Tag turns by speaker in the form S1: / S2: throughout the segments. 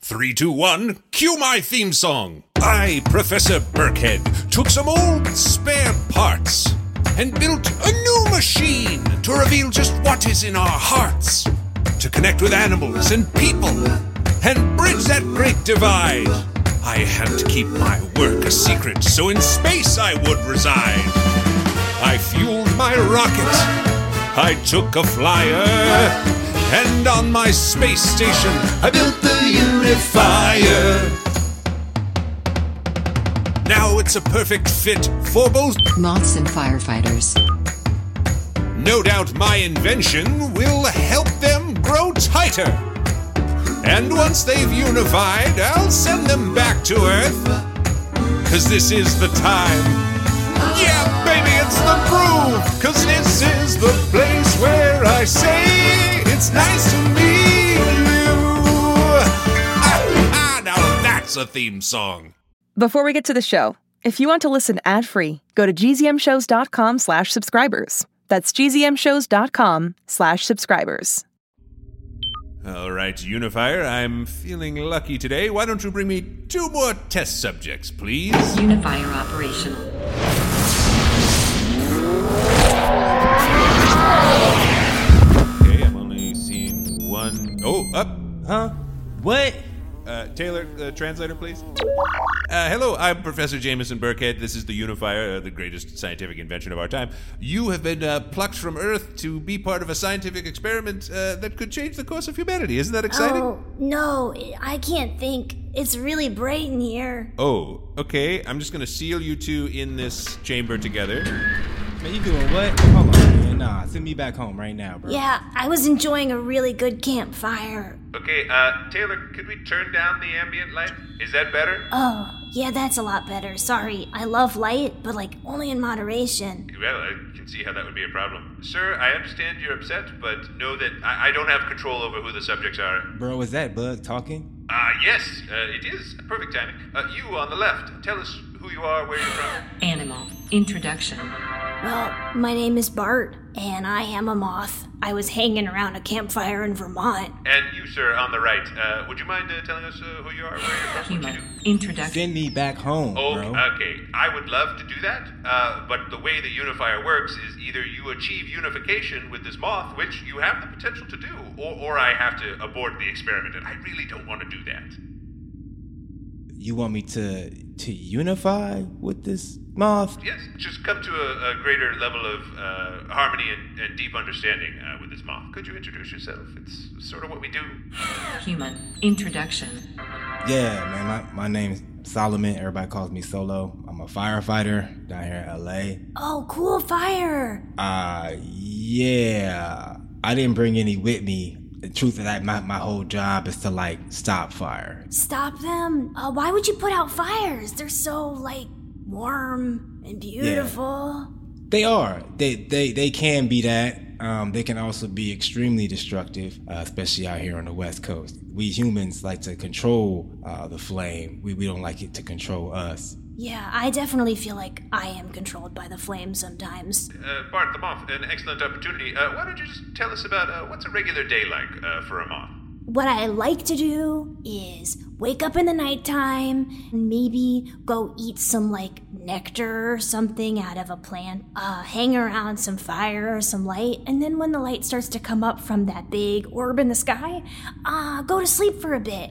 S1: Three, two, one, cue my theme song. I, Professor Burkhead, took some old spare parts and built a new machine to reveal just what is in our hearts, to connect with animals and people, and bridge that great divide. I had to keep my work a secret, so in space I would reside. I fueled my rocket. I took a flyer, and on my space station, I built the unifier. Now it's a perfect fit for both.
S2: Moths and firefighters.
S1: No doubt my invention will help them grow tighter. And once they've unified, I'll send them back to Earth. Cause this is the time. Yeah, baby, it's the groove. Cause this is the place where I say it's nice to meet you. Ah, ah, now that's a theme song.
S3: Before we get to the show, if you want to listen ad-free, go to gzmshows.com slash subscribers. That's gzmshows.com slash subscribers.
S1: All right, Unifier, I'm feeling lucky today. Why don't you bring me two more test subjects, please?
S2: Unifier operational.
S1: Okay, I'm only seeing one. Oh, up.
S4: Huh? What?
S1: Uh, Taylor, uh, translator, please. Uh, hello, I'm Professor Jameson Burkhead. This is the Unifier, uh, the greatest scientific invention of our time. You have been uh, plucked from Earth to be part of a scientific experiment uh, that could change the course of humanity. Isn't that exciting?
S5: Oh, no, I can't think. It's really bright in here.
S1: Oh, okay. I'm just going to seal you two in this chamber together.
S4: Man, you doing what? Hold on, man. Nah, send me back home right now, bro.
S5: Yeah, I was enjoying a really good campfire.
S6: Okay, uh, Taylor, could we turn down the ambient light? Is that better?
S5: Oh, yeah, that's a lot better. Sorry, I love light, but like only in moderation.
S6: Well, I can see how that would be a problem. Sir, I understand you're upset, but know that I, I don't have control over who the subjects are.
S4: Bro, is that Bug talking?
S6: Ah, yes, uh, it is. Perfect timing. Uh, you on the left, tell us who you are, where you're from.
S2: Animal. Introduction.
S5: Well, my name is Bart, and I am a moth. I was hanging around a campfire in Vermont.
S6: And you, sir, on the right, uh, would you mind uh, telling us uh, who you are, where you're from, what you
S2: Human.
S6: do?
S2: Introduction.
S4: Send me back home,
S6: Oh,
S4: bro.
S6: okay. I would love to do that, uh, but the way the unifier works is either you achieve unification with this moth, which you have the potential to do, or, or I have to abort the experiment, and I really don't want to do that.
S4: You want me to to unify with this moth?
S6: Yes, just come to a, a greater level of uh, harmony and, and deep understanding uh, with this moth. Could you introduce yourself? It's sort of what we do.
S2: Human. Introduction.
S4: Yeah, man. My, my name's Solomon. Everybody calls me Solo. I'm a firefighter down here in LA.
S5: Oh, cool fire!
S4: Uh, yeah. I didn't bring any with me. The truth of that, my, my whole job is to like stop fire.
S5: Stop them. Uh, why would you put out fires? They're so, like, warm and beautiful.
S4: They are. They they they can be that. Um, they can also be extremely destructive, uh, especially out here on the West Coast. We humans like to control uh, the flame. We we don't like it to control us.
S5: Yeah, I definitely feel like I am controlled by the flame sometimes.
S6: Uh, Bart the moth, an excellent opportunity. Uh, why don't you just tell us about uh, what's a regular day like uh, for a moth?
S5: What I like to do is wake up in the nighttime, maybe go eat some like nectar or something out of a plant, uh, hang around some fire or some light, and then when the light starts to come up from that big orb in the sky, uh, go to sleep for a bit.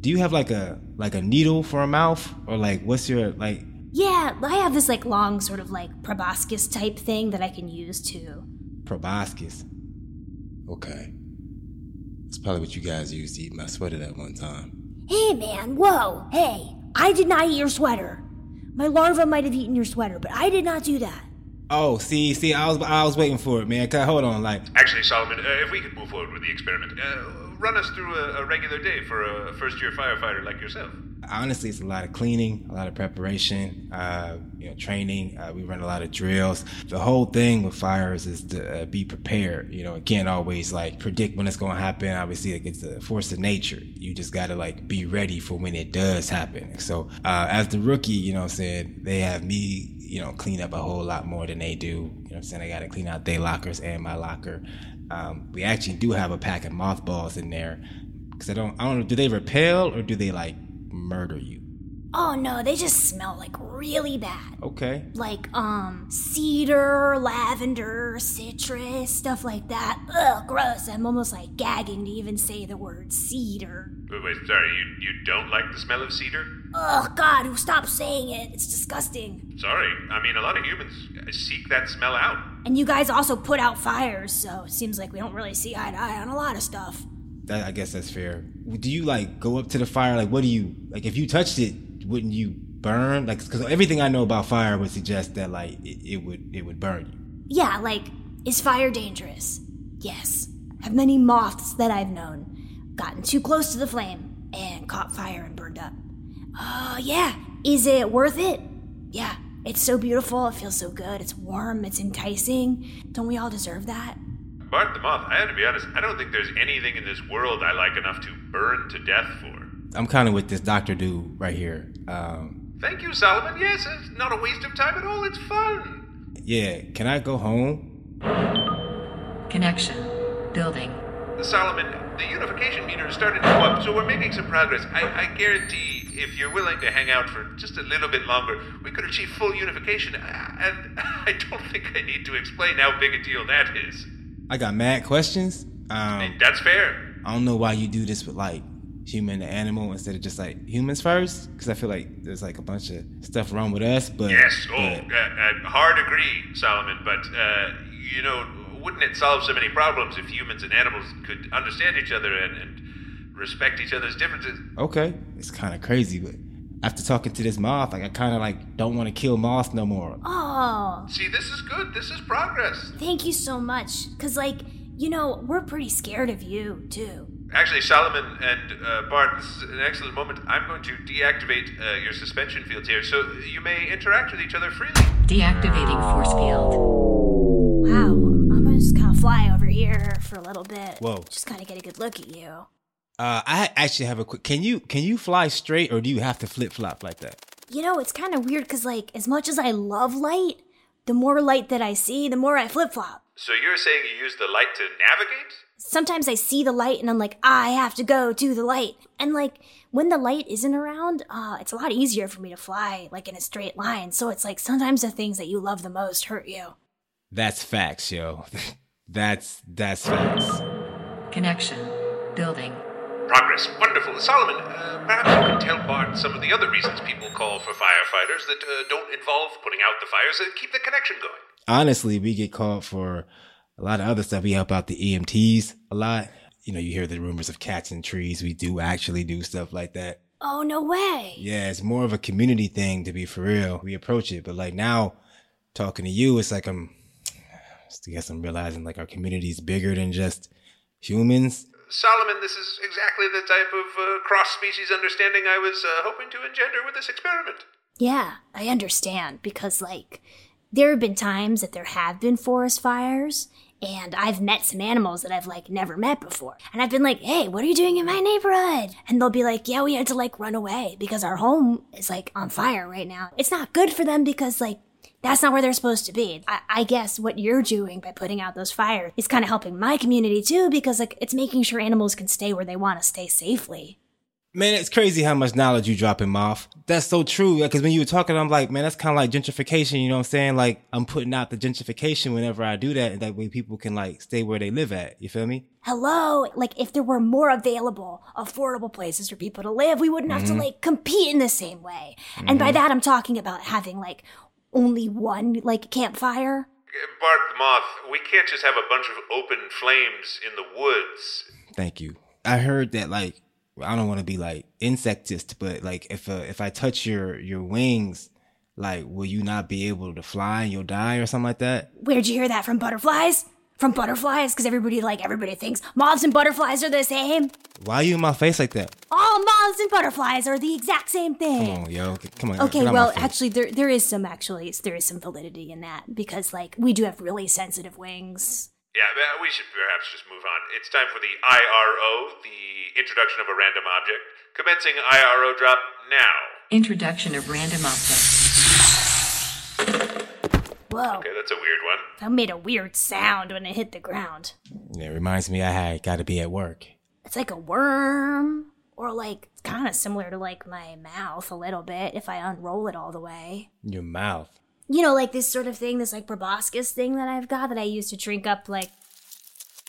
S4: Do you have like a like a needle for a mouth, or like what's your like?
S5: Yeah, I have this like long sort of like proboscis type thing that I can use to.
S4: proboscis.
S7: Okay. That's probably what you guys used to eat my sweater that one time.
S5: Hey man, whoa, hey, I did not eat your sweater. My larva might have eaten your sweater, but I did not do that.
S4: Oh, see, see, I was, I was waiting for it, man. Cause, hold on, like,
S6: Actually, Solomon, uh, if we could move forward with the experiment, uh, run us through a, a regular day for a first year firefighter like yourself.
S4: honestly, it's a lot of cleaning, a lot of preparation, uh, you know, training. Uh, we run a lot of drills. The whole thing with fires is to uh, be prepared. You know, it can't always like predict when it's going to happen. Obviously, like, it's a force of nature. You just got to like be ready for when it does happen. So, uh, as the rookie, you know, what I'm saying they have me you know, clean up a whole lot more than they do. You know what I'm saying? I gotta clean out their lockers and my locker. Um, we actually do have a pack of mothballs in there Because I don't, I don't know. Do they repel or do they like murder you?
S5: Oh no, they just smell like really bad.
S4: Okay.
S5: Like um cedar, lavender, citrus, stuff like that. Ugh, gross. I'm almost like gagging to even say the word cedar.
S6: Wait, wait, sorry, you, you don't like the smell of cedar?
S5: Ugh, God, who stop saying it? It's disgusting.
S6: Sorry, I mean, a lot of humans uh, seek that smell out.
S5: And you guys also put out fires, so it seems like we don't really see eye to eye on a lot of stuff.
S4: That, I guess that's fair. Do you like go up to the fire? Like, what do you like? If you touched it, wouldn't you burn? Like, because everything I know about fire would suggest that like it, it would it would burn you.
S5: Yeah, like, is fire dangerous? Yes. Have many moths that I've known gotten too close to the flame and caught fire and burned up. Oh, yeah. Is it worth it? Yeah. It's so beautiful. It feels so good. It's warm. It's enticing. Don't we all deserve that?
S6: Bart the Moth, I had to be honest, I don't think there's anything in this world I like enough to burn to death for.
S4: I'm kind of with this doctor dude right here. Um,
S6: Thank you, Solomon. Yes, it's not a waste of time at all. It's fun.
S4: yeah, can I go home?
S2: Connection. Building.
S6: Solomon, the unification meter is starting to go up, so we're making some progress. I, I guarantee if you're willing to hang out for just a little bit longer, we could achieve full unification, uh, and I don't think I need to explain how big a deal that is.
S4: I got mad questions. Um,
S6: And that's fair.
S4: I don't know why you do this with like human to animal instead of just like humans first. Because I feel like there's like a bunch of stuff wrong with us. But
S6: Yes, oh, uh,
S4: but-
S6: uh, hard agree, Solomon, but, uh, you know, wouldn't it solve so many problems if humans and animals could understand each other and, and respect each other's differences?
S4: okay, it's kind of crazy. But after talking to this moth, like I kind of like don't want to kill moths no more.
S5: Oh,
S6: See, this is good. This is progress.
S5: thank you so much. Because, like, you know, we're pretty scared of you, too.
S6: Actually, Solomon and uh, Bart, this is an excellent moment. I'm going to deactivate uh, your suspension fields here, so you may interact with each other freely.
S2: Deactivating force field.
S5: Wow, I'm gonna just kind of fly over here for a little bit.
S4: Whoa.
S5: Just kind of get a good look at you.
S4: Uh, I actually have a quick. Can you can you fly straight or do you have to flip flop like that?
S5: You know, it's kind of weird because, like, as much as I love light, the more light that I see, the more I flip flop.
S6: So you're saying you use the light to navigate?
S5: Sometimes I see the light and I'm like, "Ah, I have to go to the light. And, like, when the light isn't around, uh, it's a lot easier for me to fly, like, in a straight line. So it's like sometimes the things that you love the most hurt you.
S4: That's facts, yo. that's that's facts.
S2: Connection. Building.
S6: Progress. Wonderful. Solomon, uh, perhaps you can tell Bart some of the other reasons people call for firefighters that uh, don't involve putting out the fires and keep the connection going.
S4: honestly, we get called for a lot of other stuff. We help out the EMTs a lot. You know, you hear the rumors of cats and trees. We do actually do stuff like that.
S5: Oh, no way.
S4: Yeah, it's more of a community thing to be for real. We approach it, but like now, talking to you, it's like I'm. I guess I'm realizing like our community's bigger than just humans.
S6: Solomon, this is exactly the type of uh, cross species understanding I was uh, hoping to engender with this experiment.
S5: Yeah, I understand because, like, there have been times that there have been forest fires, and I've met some animals that I've, like, never met before. And I've been like, hey, what are you doing in my neighborhood? And they'll be like, yeah, we had to, like, run away because our home is, like, on fire right now. It's not good for them because, like, that's not where they're supposed to be. I, I guess what you're doing by putting out those fires is kind of helping my community too, because like it's making sure animals can stay where they want to stay safely.
S4: Man, it's crazy how much knowledge you dropping, Moth. That's so true. Because when you were talking, I'm like, man, that's kind of like gentrification. You know what I'm saying? Like, I'm putting out the gentrification whenever I do that, and that way people can like stay where they live at. You feel me?
S5: hello like if there were more available affordable places for people to live we wouldn't
S4: Mm-hmm.
S5: have to like compete in the same way and by that i'm talking about having like only one like campfire
S6: Bart the Moth, we can't just have a bunch of open flames in the woods.
S4: Thank you. I heard that like I don't want to be like insectist, but like if uh, if I touch your your wings, like will you not be able to fly and you'll die or something like that?
S5: where'd you hear that from butterflies from butterflies because everybody like everybody thinks moths and butterflies are the same
S4: Why you in my face like that?
S5: all moths and butterflies are the exact same thing
S4: Come on, yo, come on.
S5: Okay,
S4: get out my
S5: well,
S4: face.
S5: actually, there there is some actually there is some validity in that because like we do have really sensitive wings.
S6: Yeah, well, we should perhaps just move on. It's time for the IRO, the introduction of a random object. Commencing IRO drop now.
S2: Introduction of random object.
S5: Whoa!
S6: Okay, that's a weird one.
S5: That made a weird sound when it hit the ground.
S4: it reminds me I had got to be at work.
S5: It's like a worm, or like it's kind of similar to like my mouth a little bit if I unroll it all the way.
S4: Your mouth.
S5: You know, like this sort of thing, this like proboscis thing that I've got that I used to drink up like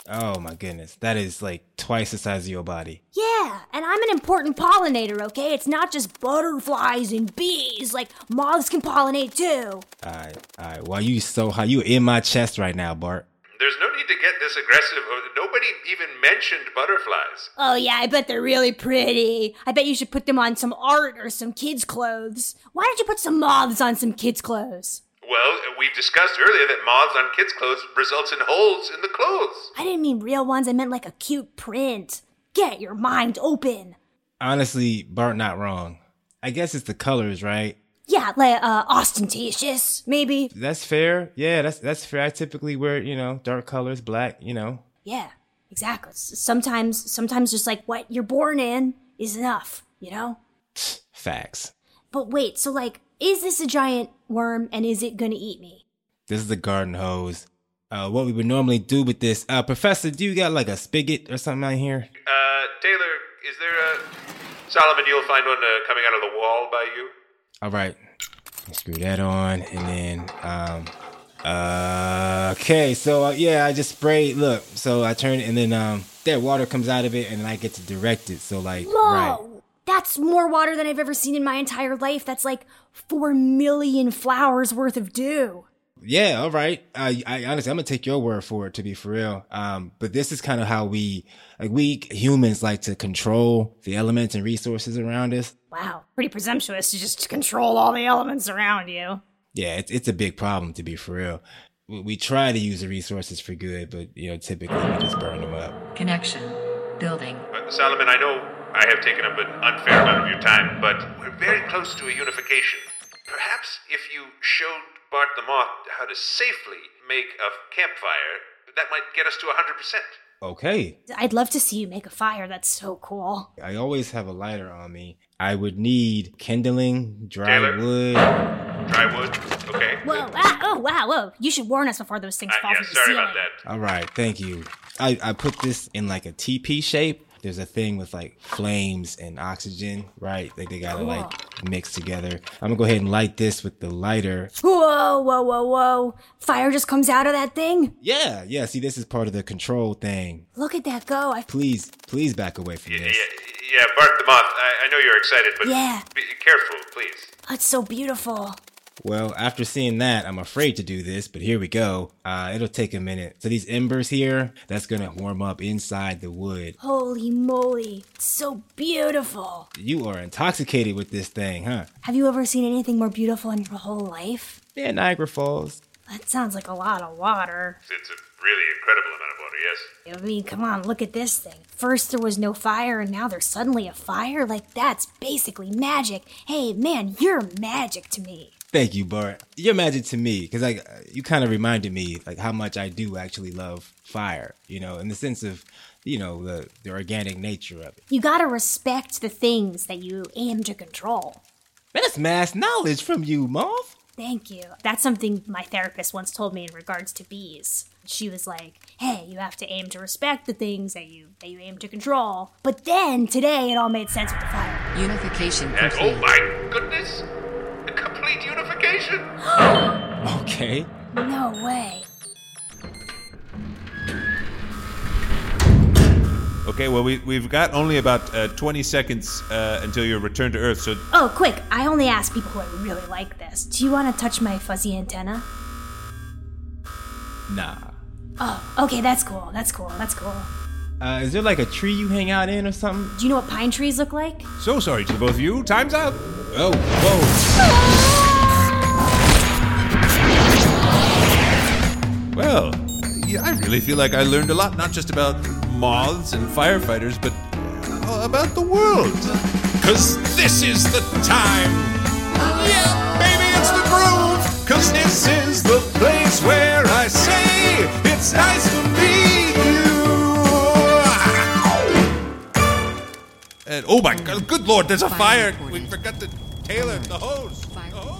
S4: Oh my goodness. That is like twice the size of your body.
S5: Yeah, and I'm an important pollinator, okay? It's not just butterflies and bees. Like, moths can pollinate too.
S4: Alright, alright. Why you so high? You in my chest right now, Bart.
S6: There's no need to get this aggressive. Nobody even mentioned butterflies.
S5: Oh, yeah, I bet they're really pretty. I bet you should put them on some art or some kids' clothes. Why don't you put some moths on some kids' clothes?
S6: Well, we've discussed earlier that moths on kids' clothes results in holes in the clothes.
S5: I didn't mean real ones, I meant like a cute print. Get your mind open.
S4: Honestly, Bart not wrong. I guess it's the colors, right?
S5: Yeah, like, uh, ostentatious, maybe.
S4: That's fair. Yeah, that's that's fair. I typically wear, you know, dark colors, black, you know.
S5: Yeah, exactly. S- Sometimes, sometimes just like what you're born in is enough, you know?
S4: Facts.
S5: But wait, so like, is this a giant worm and is it gonna eat me?
S4: This is the garden hose. Uh, what we would normally do with this, uh, Professor, do you got like a spigot or something out here?
S6: Uh, Taylor, is there a. Solomon, you'll find one uh, coming out of the wall by you.
S4: All right, screw that on, and then um, uh, okay. So uh, yeah, I just sprayed. Look, so I turn it, and then um, that water comes out of it, and I get to direct it. So like,
S5: Whoa!
S4: right,
S5: That's more water than I've ever seen in my entire life. That's like four million flowers worth of dew.
S4: yeah, all right. I, I honestly, I'm gonna take your word for it to be for real. Um, but this is kind of how we, like, we humans like to control the elements and resources around us.
S5: Wow, pretty presumptuous to just control all the elements around you.
S4: Yeah, it's it's a big problem to be for real. We, we try to use the resources for good, but you know, typically we just burn them up.
S2: Connection. Building.
S6: Uh, Solomon, I know I have taken up an unfair amount of your time, but we're very close to a unification. Perhaps if you showed Bart the Moth how to safely make a campfire, that might get us to 100%.
S4: Okay,
S5: I'd love to see you make a fire. That's so cool.
S4: I always have a lighter on me. I would need kindling, dry
S6: Taylor?
S4: wood.
S6: Dry wood, okay?
S5: Whoa! Ah, oh wow! Whoa! You should warn us before those things
S6: Uh,
S5: fall
S6: yeah,
S5: through the
S6: sorry
S5: ceiling.
S6: about that.
S4: All right, thank you. I, I put this in like a TP shape. There's a thing with like flames and oxygen, right? Like they gotta like mix together. I'm gonna go ahead and light this with the lighter.
S5: Whoa! Whoa! Whoa! Whoa! Fire just comes out of that thing.
S4: Yeah, yeah. See, this is part of the control thing.
S5: Look at that go! I
S4: Please, please back away from
S6: Yeah,
S4: this.
S6: yeah, Bart the Moth, I, I know you're excited, but
S5: Yeah.
S6: be careful, please.
S5: That's so beautiful.
S4: Well, after seeing that, I'm afraid to do this, but here we go. Uh, it'll take a minute. So these embers here, that's gonna warm up inside the wood.
S5: Holy moly, it's so beautiful.
S4: You are intoxicated with this thing, huh?
S5: Have you ever seen anything more beautiful in your whole life?
S4: Yeah, Niagara Falls.
S5: That sounds like a lot of water.
S6: It's a really incredible amount of water, yes.
S5: I mean, come on, look at this thing. First there was no fire, and now there's suddenly a fire? Like, that's basically magic. Hey, man, you're magic to me.
S4: Thank you, Bart. You're magic to me because like you kind of reminded me like how much I do actually love fire. You know, in the sense of you know the the organic nature of it.
S5: You gotta respect the things that you aim to control.
S4: Man, that's mass knowledge from you, Moth.
S5: Thank you. That's something my therapist once told me in regards to bees. She was like, "Hey, you have to aim to respect the things that you that you aim to control." But then today, it all made sense with the fire.
S2: Unification
S6: And, oh
S2: complete.
S6: my goodness! A complete unification!
S4: Okay.
S5: No way.
S8: Okay, well, we, we've got only about uh, 20 seconds uh, until your return to Earth, so
S5: Oh, quick! I only ask people who I really like this. Do you want to touch my fuzzy antenna?
S4: Nah.
S5: Oh, okay, that's cool. That's cool. That's cool.
S4: Uh, is there like a tree you hang out in or something?
S5: Do you know what pine trees look like?
S8: so sorry to the both of you. Time's up.
S4: Oh, whoa.
S8: Well, yeah, I really feel like I learned a lot, not just about moths and firefighters, but uh, about the world.
S1: Cause this is the time.
S8: Oh,
S1: Yeah, baby, it's the groove. Cause this is the place where I say it's nice to meet you.
S8: And, oh my god, good lord, there's a
S2: Fire
S8: fire! We
S2: reported.
S8: forgot the Taylor, the hose.
S2: Fire.
S8: The hose.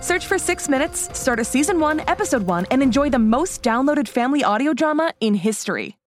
S3: Search for Six Minutes, start a season one, episode one, and enjoy the most downloaded family audio drama in history.